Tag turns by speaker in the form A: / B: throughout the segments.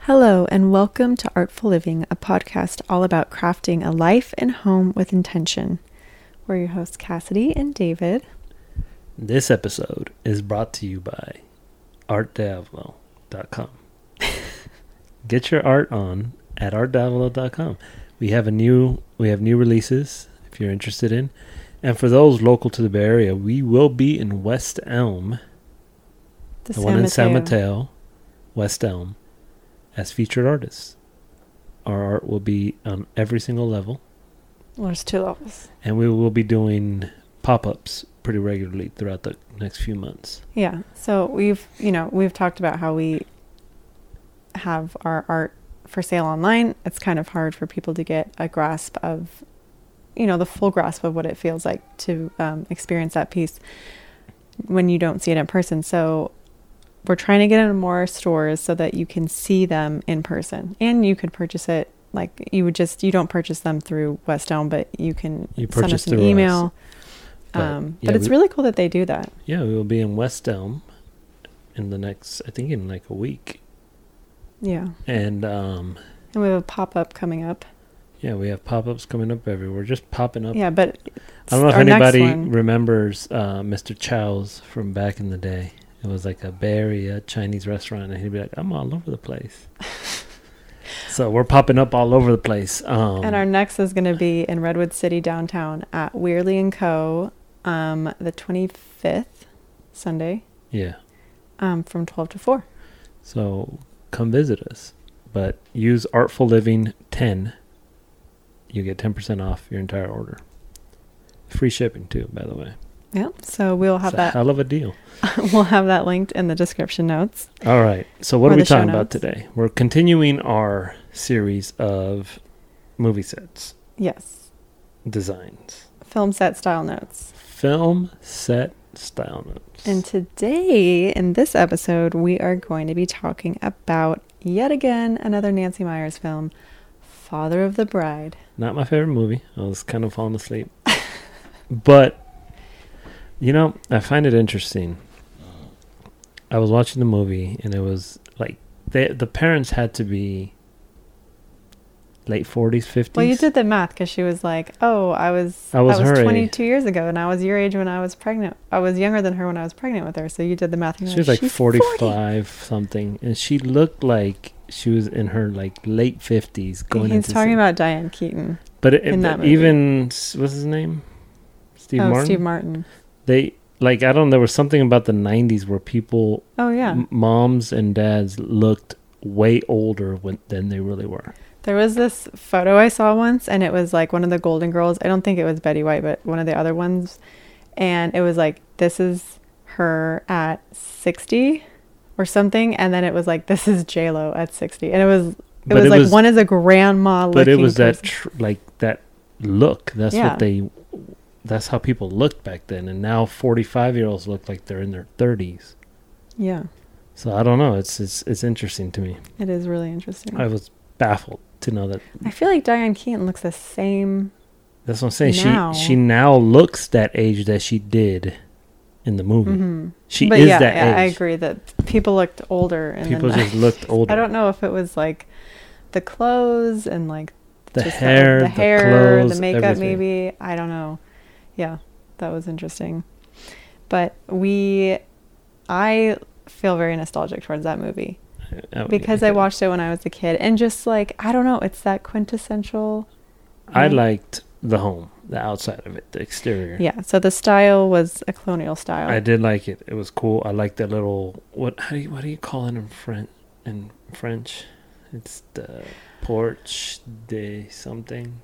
A: Hello, and welcome to Artful Living, a podcast all about crafting a life and home with intention. We're your hosts, Cassidy and David.
B: This episode is brought to you by artdiavolo.com. Get your art on at artdiavolo.com. We have a new we have new releases if you're interested in. And for those local to the Bay Area, we will be in West Elm, the one in San Mateo, West Elm, as featured artists. Our art will be on every single level.
A: Well, there's two levels.
B: and we will be doing pop-ups pretty regularly throughout the next few months.
A: Yeah. So we've, you know, we've talked about how we have our art for sale online. It's kind of hard for people to get a grasp of, you know, the full grasp of what it feels like to um, experience that piece when you don't see it in person. So we're trying to get into more stores so that you can see them in person and you could purchase it. Like you would just, you don't purchase them through West Elm, but you can
B: You
A: send
B: purchase
A: us an
B: through us.
A: email.
B: But,
A: um,
B: yeah,
A: but it's
B: we-
A: really cool that they do that.
B: Yeah, we will be in West Elm in the next, I think, in like a week.
A: Yeah.
B: And um,
A: And we have a pop up coming up.
B: yeah, we have pop-ups coming up everywhere, just popping up.
A: Yeah, but
B: I don't know if
A: our next
B: anybody
A: one-
B: remembers uh, Mr. Chow's from back in the day. It was like a Bay Area Chinese restaurant, and he'd be like, "I'm all over the place." so we're popping up all over the place. Um,
A: and our next is going to be in Redwood City downtown at Weirley and Co. Um, the twenty fifth Sunday,
B: yeah.
A: um, from twelve to four.
B: So come visit us, but use Artful Living 10. You get 10% off your entire order. Free shipping too, by the way.
A: Yeah, so we'll have
B: it's a
A: that.
B: hell of a deal.
A: we'll have that linked in the description notes.
B: All right. So what
A: Or
B: are we
A: the show
B: talking about
A: notes.
B: today? We're continuing our series of movie sets,
A: Yes,
B: designs,
A: film set style notes.
B: film set style notes.
A: And today, in this episode, we are going to be talking about yet again another Nancy Myers film, Father of the Bride.
B: Not my favorite movie. I was kind of falling asleep. but you know, I find it interesting. I was watching the movie and it was like they, the parents had to be late 40s, 50s.
A: Well, you did the math because she was like, "Oh, I was
B: I was
A: that was
B: her
A: 22 years ago, and I was your age when I was pregnant. I was younger than her when I was pregnant with her." So you did the math. And you're
B: She was like
A: "She's
B: 45
A: 40."
B: something and she looked like she was in her like late 50s going
A: He's
B: into
A: talking
B: some-
A: about Diane Keaton.
B: But it,
A: in that
B: but
A: movie.
B: even s- what's his name? Steve
A: oh,
B: Martin.
A: Steve Martin.
B: They like I don't there was something about the 90s where people
A: Oh yeah,
B: m- moms and dads looked way older when, than they really were.
A: there was this photo I saw once, and it was like one of the Golden Girls. I don't think it was Betty White, but one of the other ones, and it was like this is her at 60 or something, and then it was like this is J Lo at 60, and it was. It
B: But
A: was
B: it
A: like
B: was-
A: one is a grandma looking
B: But it was that
A: person.
B: tr- like that look. That's
A: Yeah.
B: what they. That's how people looked back then, and now forty-five year olds look like they're in their thirties.
A: yeah
B: So I don't know. It's it's it's interesting to me.
A: it is really interesting
B: I was baffled to know that.
A: I feel like Diane Keaton looks the same.
B: That's what I'm saying.
A: Now.
B: She she now looks that age that she did in the movie.
A: hmm
B: She is that
A: yeah, I
B: age.
A: agree that people looked older. In
B: People
A: the
B: just looked older.
A: I don't know if it was like the clothes and like
B: the
A: just
B: hair,
A: the,
B: the,
A: hair,
B: clothes,
A: the makeup,
B: everything.
A: maybe. I don't know. Yeah, that was interesting. But we, I feel very nostalgic towards that movie
B: Oh, yeah,
A: because I
B: okay.
A: watched it when I was a kid, and just like I don't know, it's that quintessential.
B: I
A: Yeah.
B: liked the home, the outside of it, the exterior.
A: Mm. Yeah. So the style was a colonial style.
B: I did like it. It was cool. I liked that little what how do you what do you call it in French in French? It's the porch de something.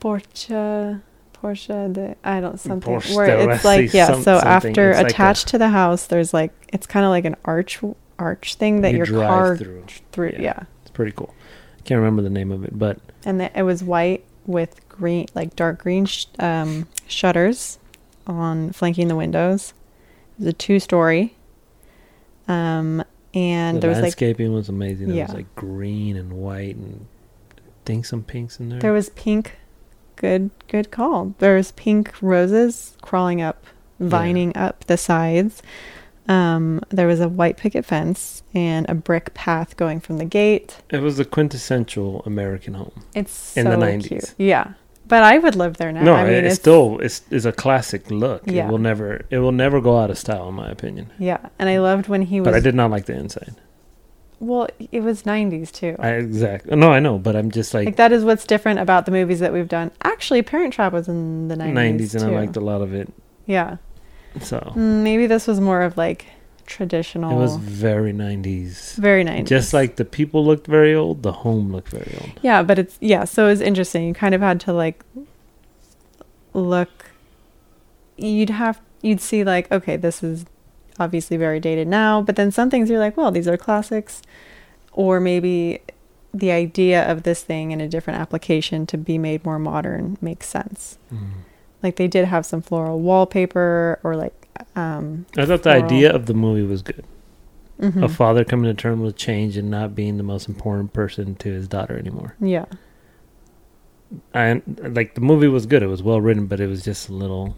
A: Porsche, Porsche de, I
B: Mm,
A: don't something
B: Porsche
A: where
B: de
A: it's like
B: Rossi,
A: yeah.
B: some-
A: so
B: something.
A: after
B: It's like a-
A: attached to the house, there's like it's kind of like an arch arch thing that
B: You
A: your
B: drive
A: car through.
B: through.
A: Yeah.
B: Yeah. It's pretty cool. I can't remember the name of it, but
A: and the, it was white with green, like dark green sh- um, shutters on flanking the windows. It was a two story, um, and
B: the
A: there was like
B: landscaping was amazing. It
A: Yeah.
B: was like green and white and I think some pinks in there.
A: There was pink. Good, good call. There's pink roses crawling up, vining up the sides. Um, there was a white picket fence and a brick path going from the gate.
B: It was the quintessential American home.
A: It's so
B: In the 90s.
A: cute. Yeah, but I would live there now.
B: no,
A: I mean,
B: it's, still it's, it's a classic look.
A: Yeah.
B: It will never it will never go out of style in my opinion.
A: yeah. And I loved when he was.
B: But I did not like the inside.
A: Well, it was '90s too.
B: I exactly no, I know, but I'm just like
A: Oh. like that is what's different about the movies that we've done. Actually, Parent Trap was in the '90s.
B: nineties and I
A: too.
B: liked a lot of it. Oh.
A: Yeah,
B: So
A: Mm, maybe this was more of like traditional.
B: it was very nineties.
A: very '90s.
B: Just like the people looked very old, the home looked very old.
A: Yeah, but it's yeah, so it was interesting. You kind of had to like look you'd have you'd see like, okay, this is obviously very dated now, but then some things you're like, well, these are classics or maybe the idea of this thing in a different application to be made more modern makes sense.
B: Mm.
A: Like they did have some floral wallpaper or like um
B: I thought the
A: Floral.
B: idea of the movie was good.
A: mhm.
B: A father coming to terms with change and not being the most important person to his daughter anymore.
A: yeah.
B: I like the movie was good. It was well written, but it was just a little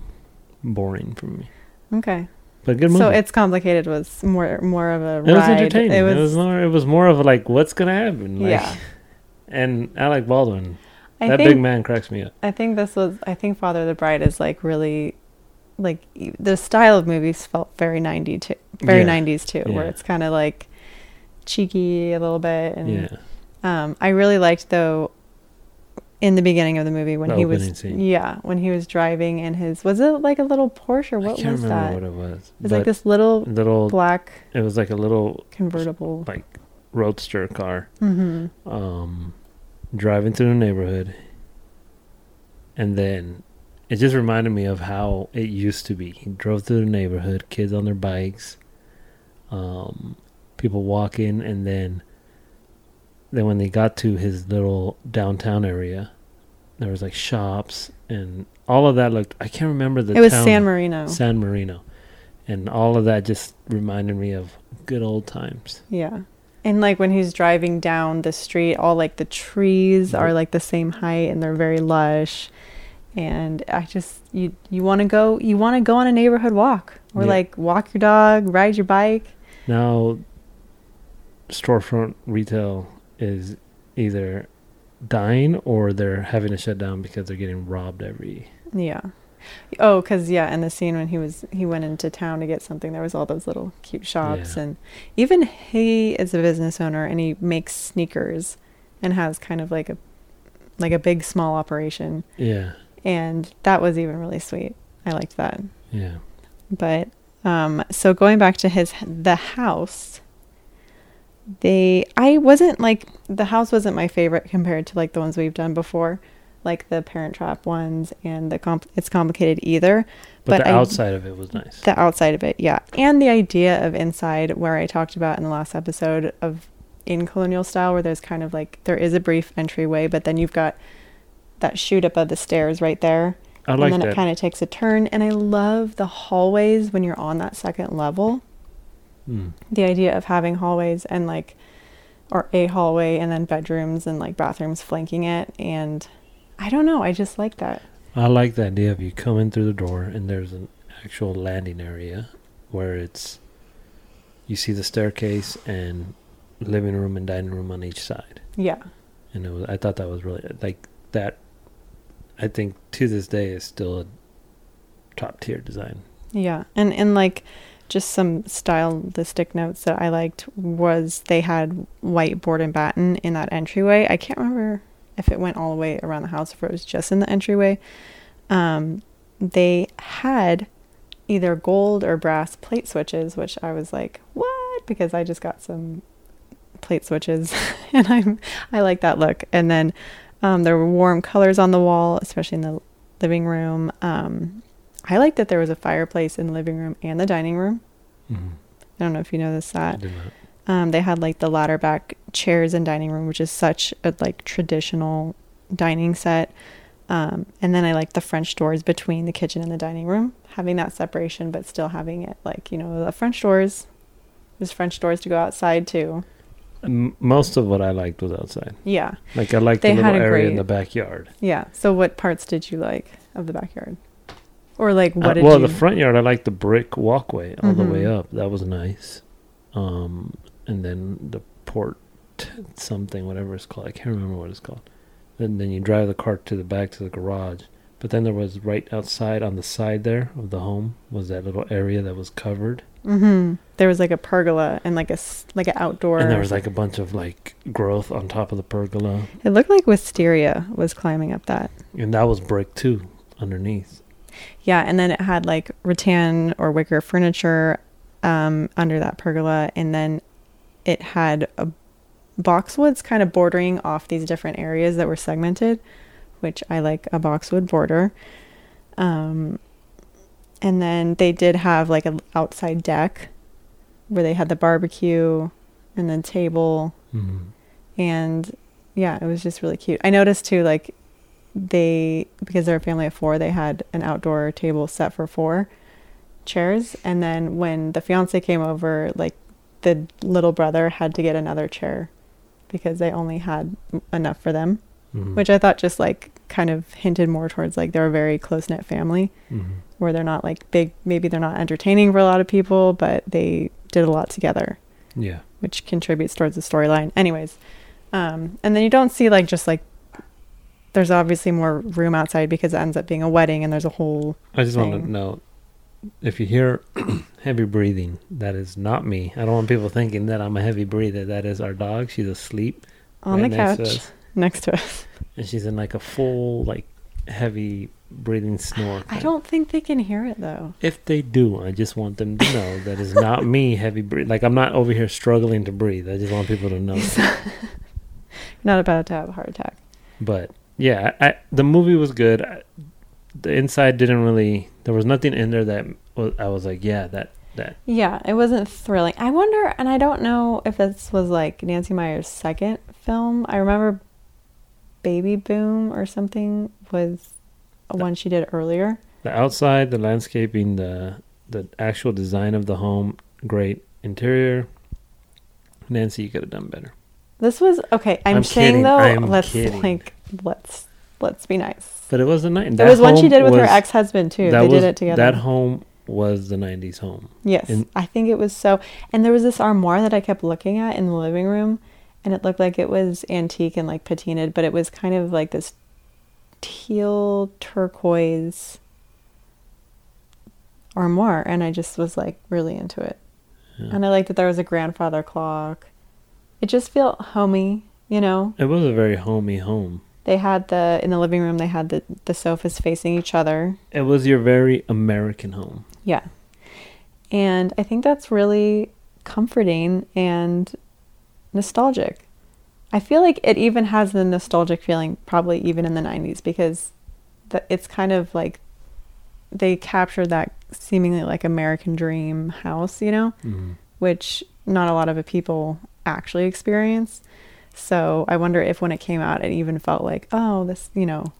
B: boring for me.
A: Okay.
B: But good movie.
A: So it's complicated was more more of a
B: it was
A: ride.
B: entertaining. It was, more. It was more of like what's gonna happen. Like,
A: yeah.
B: And Alec Baldwin,
A: I
B: that
A: think
B: big man cracks me up.
A: I think this was. I think Father of the Bride is like really, like e- the style of movies felt very ninety too, very
B: Yeah.
A: nineties too, where
B: Yeah.
A: it's kind of like cheeky a little bit. And
B: yeah.
A: um, I really liked though, in the beginning of the movie when
B: The
A: he was
B: opening scene.
A: yeah when he was driving in his was it like a little Porsche or
B: I
A: what
B: can't
A: was
B: remember
A: that?
B: what
A: it
B: it was.
A: was like
B: but Mm.
A: this little
B: little.
A: black
B: It was like a little
A: convertible.
B: like roadster car
A: hmm
B: um, driving through the neighborhood, and then it just reminded me of how it used to be. He drove through the neighborhood, kids on their bikes, um, people walking, and then then when they got to his little downtown area, there was like shops and all of that looked. I can't remember the.
A: It was
B: town-
A: San Marino.
B: San Marino, and all of that just reminded me of good old times.
A: Yeah. And like when he's driving down the street, all like the trees
B: Yeah.
A: are like the same height and they're very lush. And I just you you want to go you want to go on a neighborhood walk or
B: Yeah.
A: like walk your dog, ride your bike.
B: Now, storefront retail is either dying or they're having to shut down because they're getting robbed every.
A: Yeah. Oh, cuz yeah, in the scene when he was he went into town to get something, there was all those little cute shops
B: Yeah.
A: and even he is a business owner and he makes sneakers and has kind of like a like a big small operation
B: Yeah,
A: and that was even really sweet. I liked that.
B: yeah.
A: But um, so going back to his the house, they I wasn't like the house wasn't my favorite compared to like the ones we've done before, like the Parent Trap ones and the comp- it's complicated either.
B: But,
A: But
B: the
A: I-
B: outside of it was nice.
A: The outside of it, yeah, and the idea of inside where I talked about in the last episode of in colonial style where there's kind of like there is a brief entryway, but then you've got that shoot up of the stairs right there
B: I like
A: and then
B: that.
A: it kind of takes a turn. And I love the hallways when you're on that second level.
B: Mm.
A: The idea of having hallways and like, or a hallway and then bedrooms and like bathrooms flanking it. And I don't know, I just like that.
B: I like the idea of you come in through the door and there's an actual landing area where it's you see the staircase and living room and dining room on each side.
A: Yeah.
B: and it was, I thought that was really like that. I think to this day is still a top tier design.
A: Yeah, and and like just some stylistic notes that I liked was they had white board and batten in that entryway. I can't remember if it went all the way around the house if it was just in the entryway. Um, they had either gold or brass plate switches, which I was like, what? Because I just got some plate switches, and I'm I like that look. And then um, there were warm colors on the wall, especially in the living room. Um, I like that there was a fireplace in the living room and the dining room. Mm-hmm. I don't know if you noticed
B: I
A: that.
B: did not.
A: Um, they had like the ladder back chairs in dining room, which is such a like traditional dining set. Um, and then I like the French doors between the kitchen and the dining room, having that separation, but still having it like you know the French doors. There's French doors to go outside too.
B: M- most of what I liked was outside.
A: Yeah,
B: Like I liked
A: They
B: the
A: had
B: little
A: a
B: area in
A: great-
B: the backyard.
A: yeah. So what parts did you like of the backyard? Or like what
B: Uh,
A: did
B: well,
A: you?
B: the front yard, I like the brick walkway all the way
A: Mhm.
B: up. That was nice. Um, and then the port something, whatever it's called. I can't remember what it's called. And then you drive the cart to the back to the garage. But then there was right outside on the side there of the home was that little area that was covered,
A: hmm There was like a pergola and like a s- like an outdoor.
B: and there was like a bunch of like growth on top of the pergola,
A: it looked like wisteria was climbing up that.
B: and that was brick too underneath.
A: Yeah, and then it had like rattan or wicker furniture um, under that pergola, and then it had a boxwoods kind of bordering off these different areas that were segmented, which I like a boxwood border. Um, and then they did have like an outside deck where they had the barbecue and then table
B: Mhm.
A: and yeah, it was just really cute. I noticed too, like they because they're a family of four, they had an outdoor table set for four chairs, and then when the fiance came over, like the little brother had to get another chair because they only had enough for them,
B: Mhm.
A: which I thought just like kind of hinted more towards like they're a very close knit family
B: Mhm.
A: where they're not like big, maybe they're not entertaining for a lot of people, but they did a lot together
B: yeah,
A: which contributes towards the storyline. Anyways, um, and then you don't see like just like there's obviously more room outside because it ends up being a wedding and there's a whole
B: I just want to
A: thing.
B: know if you hear heavy breathing, that is not me. I don't want people thinking that I'm a heavy breather. That is our dog. She's asleep
A: on
B: right
A: the
B: next to
A: couch
B: us,
A: next to us.
B: and she's in like a full, like heavy breathing snore.
A: I
B: kind.
A: don't think they can hear it though.
B: If they do, I just want them to know that is not me heavy breathing. Like I'm not over here struggling to breathe. I just want people to know.
A: Not about to have a heart attack.
B: But yeah, I, I- the movie was good. I, the inside didn't really. There was nothing in there that was, I was like, yeah, that that.
A: Yeah, it wasn't thrilling. I wonder, and I don't know if this was like Nancy Meyer's second film. I remember Baby Boom or something was one she did earlier.
B: The outside, the landscaping, the the actual design of the home, great interior. Nancy, you could have done better.
A: This was okay. I'm,
B: I'm
A: saying
B: kidding,
A: though,
B: I'm
A: let's
B: kidding.
A: like let's let's be nice.
B: But it was the night.
A: There was one she did with her ex husband too. They did it together.
B: That home was the '90s home.
A: yes,
B: in-
A: I think it was so. And there was this armoire that I kept looking at in the living room, and it looked like it was antique and like patinaed, but it was kind of like this teal turquoise armoire, and I just was like really into it.
B: Yeah.
A: And I liked that there was a grandfather clock. It just felt homey, you know.
B: It was a very homey home.
A: They had the in the living room. They had the the sofas facing each other.
B: It was your very American home.
A: Yeah, and I think that's really comforting and nostalgic. I feel like it even has the nostalgic feeling, probably even in the '90s, because the, it's kind of like they captured that seemingly like American dream house, you know,
B: Mhm.
A: which not a lot of people actually experience. So I wonder if when it came out, it even felt like, oh, this, you know,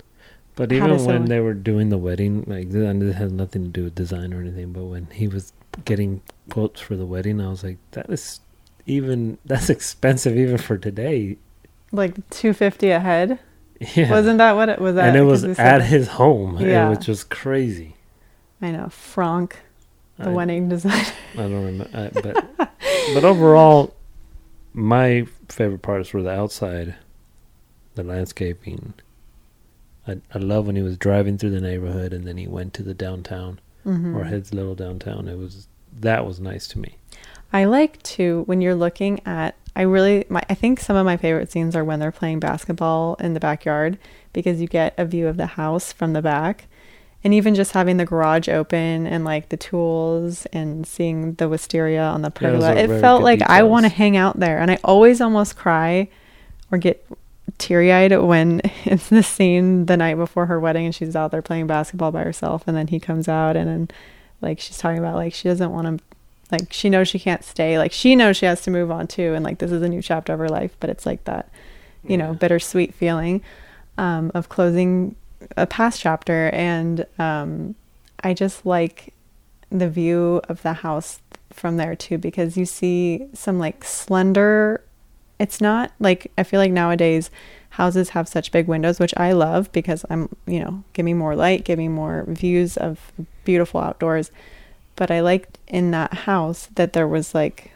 B: But
A: How
B: even
A: does
B: when
A: someone-
B: they were doing the wedding, like th- and this has nothing to do with design or anything, but when he was getting quotes for the wedding, I was like, that is even that's expensive even for today.
A: like 250 a head.
B: Yeah.
A: Wasn't that what it was? That
B: and it
A: 'cause
B: was
A: they
B: at
A: said that-
B: his home.
A: Yeah.
B: It was just crazy.
A: I know Franck, the
B: I,
A: wedding designer.
B: I don't remember, I, but but overall, my favorite parts were the outside, the landscaping. I I love when he was driving through the neighborhood and then he went to the downtown
A: Mhm.
B: or his little downtown. It was that was nice to me.
A: I like to when you're looking at. I really, my, I think some of my favorite scenes are when they're playing basketball in the backyard because you get a view of the house from the back, and even just having the garage open and like the tools and seeing the wisteria on the
B: Yeah, those
A: pergola.
B: are
A: it
B: very
A: felt
B: good
A: like I
B: details.
A: want to hang out there, and I always almost cry or get teary eyed when it's the scene the night before her wedding and she's out there playing basketball by herself and then he comes out and then like she's talking about like she doesn't want to like she knows she can't stay like she knows she has to move on too and like this is a new chapter of her life but it's like that you know
B: Yeah.
A: bittersweet feeling um, of closing a past chapter and um, i just like the view of the house from there too because you see some like slender it's not like I feel like nowadays houses have such big windows, which I love because I'm, you know, give me more light, give me more views of beautiful outdoors. But I liked in that house that there was like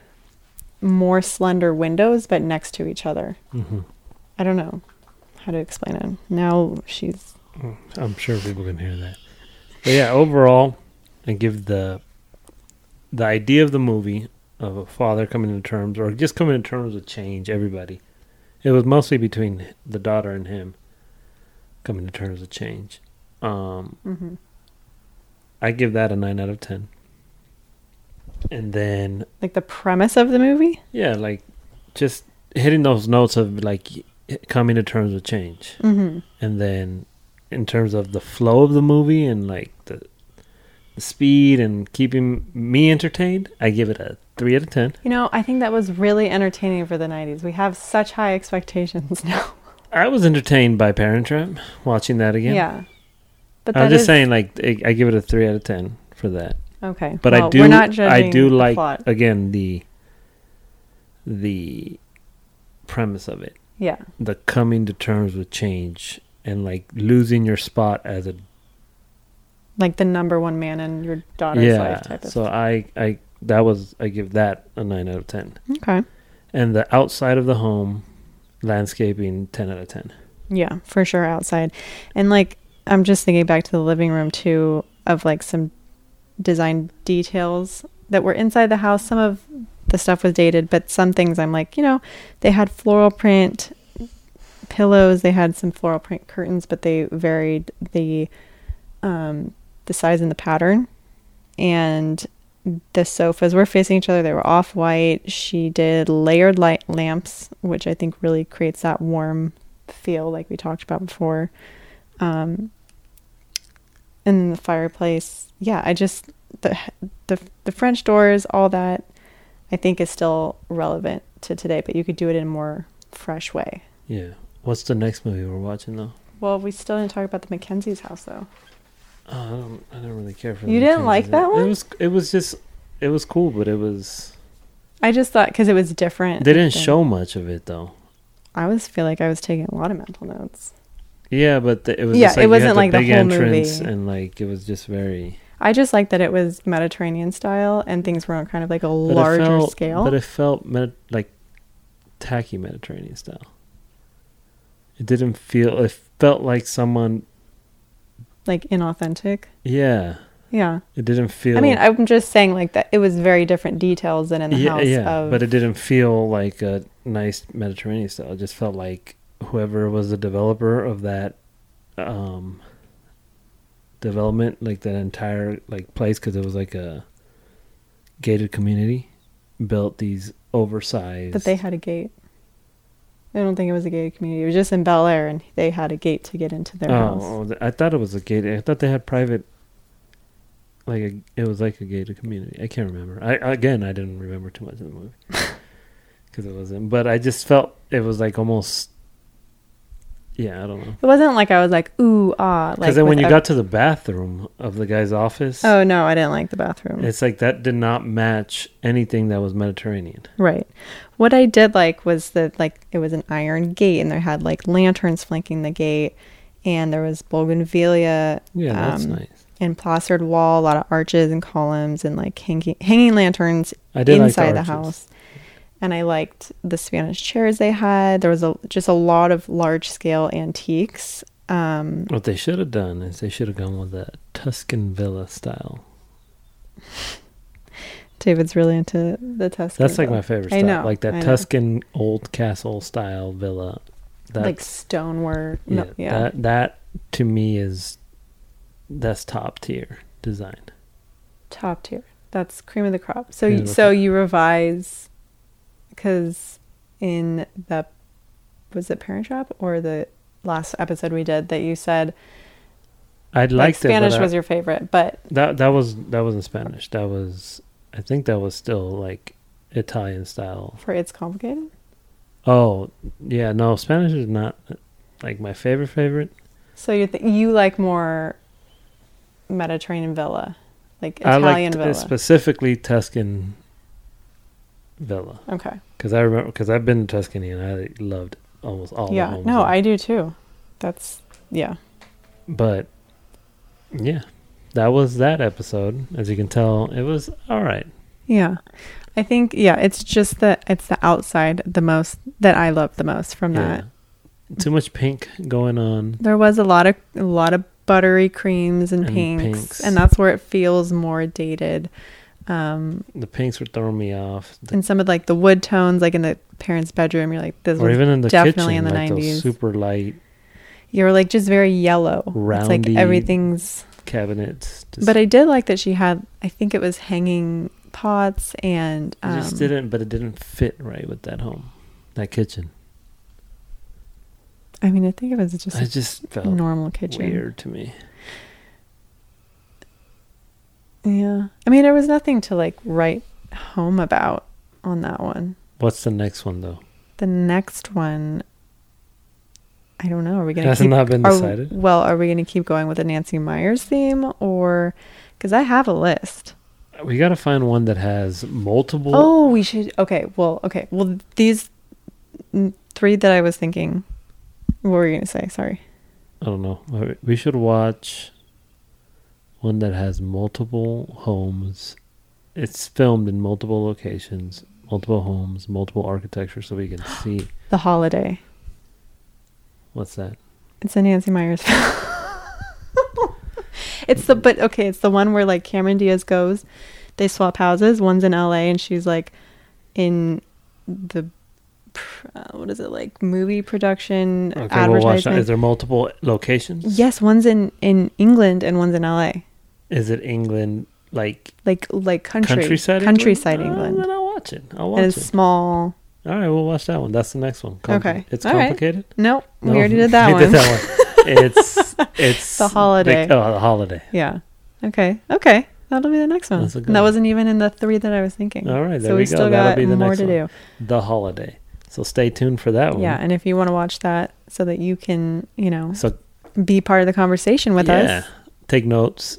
A: more slender windows but next to each other.
B: hmm
A: I don't know how to explain it. Now she's
B: I'm sure people can hear that. But yeah, overall, I give the the idea of the movie of a father coming to terms or just coming to terms with change. Everybody, it was mostly between the daughter and him coming to terms with change. Um,
A: mhm.
B: I give that a nine out of ten. And then
A: like the premise of the movie.
B: yeah, like just hitting those notes of like coming to terms with change.
A: Mhm.
B: and then in terms of the flow of the movie and like the, the speed and keeping me entertained, I give it a three out of ten.
A: You know, I think that was really entertaining for the 90s. We have such high expectations now.
B: I was entertained by Parent Trap watching that
A: Yeah.
B: again.
A: But
B: I'm
A: that
B: just
A: is-
B: saying like I I give it a three out of ten for that.
A: Okay.
B: But I
A: well,
B: do
A: We're not judging
B: I do
A: the
B: like
A: plot.
B: again the the premise of it,
A: Yeah.
B: the coming to terms with change and like losing your spot as a
A: Like the number one man in your daughter's life type of
B: so I, I that was I give that a nine out of ten,
A: Okay.
B: and the outside of the home landscaping ten out of ten.
A: Yeah, for sure outside. And like I'm just thinking back to the living room too of like some design details that were inside the house. Some of the stuff was dated, but some things I'm like, you know, they had floral print pillows, they had some floral print curtains, but they varied the um the size and the pattern. And the sofas were facing each other. They were off white. She did layered light lamps, which I think really creates that warm feel like we talked about before. Um, and then the fireplace. Yeah, I just the the the French doors, all that I think is still relevant to today, but you could do it in a more fresh way.
B: Yeah. What's the next movie we're watching though?
A: Well, we still didn't talk about the Mackenzie's house though.
B: Oh, I don't. I don't really care for.
A: You
B: the
A: didn't like
B: Mackenzies.
A: that
B: It
A: one?
B: was. It was just. It was cool, but it was.
A: I just thought because it was different.
B: They didn't
A: than-
B: show much of it though.
A: I always feel like I was taking a lot of mental notes.
B: Yeah, but the, it was.
A: Yeah,
B: just
A: it
B: like you
A: wasn't
B: had the
A: like the
B: big
A: whole
B: entrance
A: movie.
B: and like it was just very.
A: I just like that it was Mediterranean style and things were on kind of like a
B: but it
A: larger
B: felt-
A: scale.
B: But it felt med- like tacky Mediterranean style. It didn't feel. It felt like someone.
A: like inauthentic.
B: Yeah,
A: Yeah.
B: it didn't feel.
A: I mean, I'm just saying like that. It was very different details than in the house of.
B: but it didn't feel like a nice Mediterranean style. It just felt like whoever was the developer of that um, development, like that entire like place, because it was like a gated community, built these oversized.
A: but they had a gate. I don't think it was a gated community. It was just in Bel Air, and they had a gate to get into their house.
B: Oh, th- I thought it was a gated. I thought they had private. Like a, it was like a gated community. I can't remember. I again, I didn't remember too much of the movie because it wasn't. But I just felt it was like almost. Yeah, I don't know.
A: It wasn't like I was like ooh ah.
B: Because
A: Like
B: then when
A: with
B: you
A: ev-
B: got to the bathroom of the guy's office,
A: oh no, I didn't like the bathroom.
B: it's like that did not match anything that was Mediterranean.
A: Right. What I did like was that like it was an iron gate, and they had like lanterns flanking the gate, and there was bougainvillea
B: Yeah, that's
A: Um,
B: nice.
A: and plastered wall, a lot of arches and columns, and like hanging hanging lanterns
B: I did
A: inside
B: like
A: the,
B: the, arches.
A: house. And I liked the Spanish chairs they had. There was a, just a lot of large scale antiques. Um,
B: What they should have done is they should have gone with that Tuscan villa style.
A: David's really into the Tuscan.
B: That's like
A: though.
B: my favorite
A: I
B: style.
A: know,
B: like that
A: I know.
B: Tuscan old castle style villa. That,
A: like stonework.
B: yeah,
A: No, yeah.
B: That, that to me is that's top tier design.
A: top tier. That's cream of the crop. So
B: Cream
A: you,
B: of the
A: so
B: crop.
A: you revise because in the was it Parent Trap or the last episode we did that you said
B: I liked
A: like Spanish
B: it. but I-
A: was your favorite, but
B: that that was that wasn't Spanish. That was I think that was still like Italian style.
A: for it's complicated.
B: Oh yeah, no Spanish is not like my favorite favorite.
A: So you th- you like more Mediterranean villa, like
B: I like
A: Italian
B: t-
A: villa.
B: specifically Tuscan villa
A: Okay.
B: because I remember because I've been to Tuscany and I loved almost all. the
A: yeah.
B: homes
A: No,
B: there.
A: I do too. That's yeah.
B: But yeah, that was that episode. As you can tell, it was all right.
A: Yeah. I think yeah, it's just the it's the outside the most that I love the most from that.
B: Yeah. Too much pink going on.
A: There was a lot of a lot of buttery creams and,
B: And
A: pinks,
B: pinks.
A: and that's where it feels more dated. Um,
B: The pinks were throwing me off. The-
A: and some of like the wood tones, like in the parents' bedroom, you're like this
B: or
A: was
B: even in the
A: definitely
B: kitchen,
A: in the
B: like those
A: 90s.
B: super light
A: you're like just very yellow. it's like
B: Roundy-
A: everything's.
B: cabinets. Just,
A: But I did like that she had. I think it was hanging pots and. um,
B: it just didn't. But it didn't fit right with that home, that kitchen.
A: I mean, I think it was just a
B: It just felt
A: normal kitchen.
B: weird to me.
A: Yeah. I mean, there was nothing to like write home about on that one.
B: What's the next one though?
A: The next one, I don't know. Are we going to
B: Has
A: keep?
B: not been
A: are-
B: decided.
A: well, are we going to keep going with the Nancy Myers theme, or because I have a list?
B: we got to find one that has multiple.
A: oh, we should. Okay. Well. Okay. Well, these n- three that I was thinking. What were you going to say? Sorry.
B: I don't know. We should watch one that has multiple homes. It's filmed in multiple locations, multiple homes, multiple architecture, so we can see
A: The holiday.
B: what's that.
A: It's a Nancy Myers film. it's the but okay, it's the one where like Cameron Diaz goes, they swap houses. One's in L.A. and she's like in the pr- uh, what is it like movie production
B: Okay, we'll watch that. Is
A: advertisement.
B: there multiple locations?
A: yes, one's in in England and one's in L.A.
B: Is it England, like
A: Like like country
B: countryside?
A: countryside England.
B: England? Uh, then I'll watch it. I'll watch
A: And it's
B: it.
A: small.
B: All right, we'll watch that one. That's the next one. Com-
A: Okay.
B: It's
A: All right.
B: complicated.
A: Nope, we
B: No,
A: already did that
B: we
A: one.
B: Did that one. it's it's
A: The holiday.
B: oh, the holiday.
A: Yeah. Okay. Okay. That'll be the next one.
B: That's a good
A: And that
B: one.
A: wasn't even in the three that I was thinking.
B: All right, there
A: so
B: we
A: we
B: go.
A: still
B: That'll
A: got
B: be the
A: more
B: next
A: to
B: one.
A: do.
B: The holiday. So stay tuned for that one.
A: Yeah, and if you want to watch that so that you can, you know,
B: So
A: be part of the conversation with us.
B: Take notes.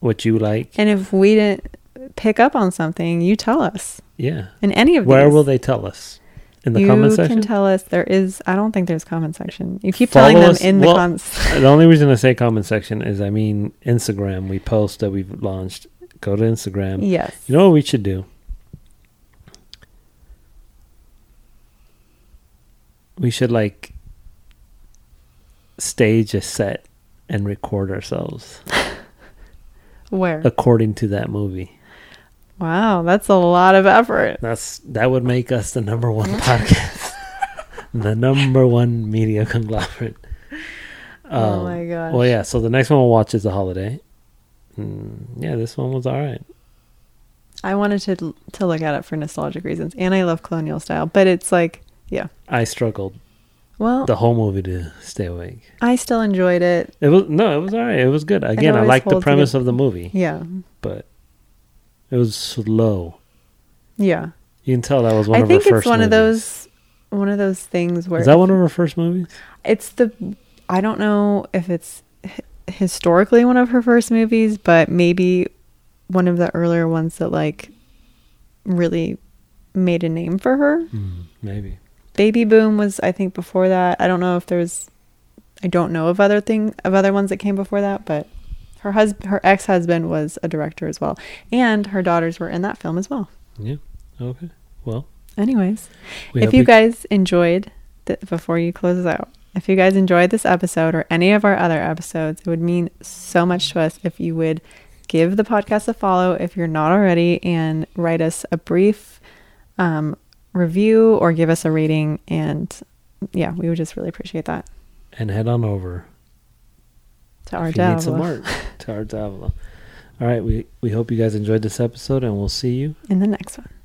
B: What you like.
A: And if we didn't pick up on something, you tell us.
B: yeah.
A: In any of
B: Where
A: these,
B: will they tell us? In the
A: you
B: comment section?
A: can tell us. There is. I don't think there's comment section. You keep
B: Follow
A: telling them
B: us-
A: in the
B: well,
A: comments.
B: the only reason I say comment section is I mean Instagram. We post that we've launched. Go to Instagram.
A: yes.
B: um, You know what we should do? We should like stage a set and record ourselves
A: Where?
B: according to that movie.
A: wow, that's a lot of effort.
B: That's that would make us the number one podcast, the number one media conglomerate.
A: oh
B: Um,
A: my gosh.
B: Well, yeah. So the next one we'll watch is the holiday. Mm, yeah, this one was all right.
A: I wanted to to look at it for nostalgic reasons, and I love colonial style, but it's like, yeah.
B: I struggled
A: Well,
B: the whole movie to stay awake.
A: I still enjoyed it.
B: It was no, it was all right. It was good. Again, I
A: always
B: like the
A: holds a good-
B: premise of the movie,
A: Yeah.
B: but it was slow.
A: Yeah.
B: You can tell that was one
A: I
B: of her
A: think
B: first.
A: it's one of those
B: movies.
A: one of those things where
B: Is that one of her first movies?
A: it's the I don't know if it's h- historically one of her first movies, but maybe one of the earlier ones that like really made a name for her.
B: Mm, maybe.
A: Baby Boom was I think before that. I don't know if there's I don't know of other thing of other ones that came before that, but her husband her ex-husband was a director as well, and her daughters were in that film as well.
B: Yeah. Okay. Well,
A: Anyways,
B: we
A: if
B: hope
A: you
B: we-
A: guys enjoyed th- before you close us out if you guys enjoyed this episode or any of our other episodes it would mean so much to us if you would give the podcast a follow if you're not already and write us a brief um, review or give us a rating and yeah we would just really appreciate that
B: and head on over
A: to our
B: if you need some
A: Diablo.
B: art to our Diablo. All right, we we hope you guys enjoyed this episode, and we'll see you
A: in the next one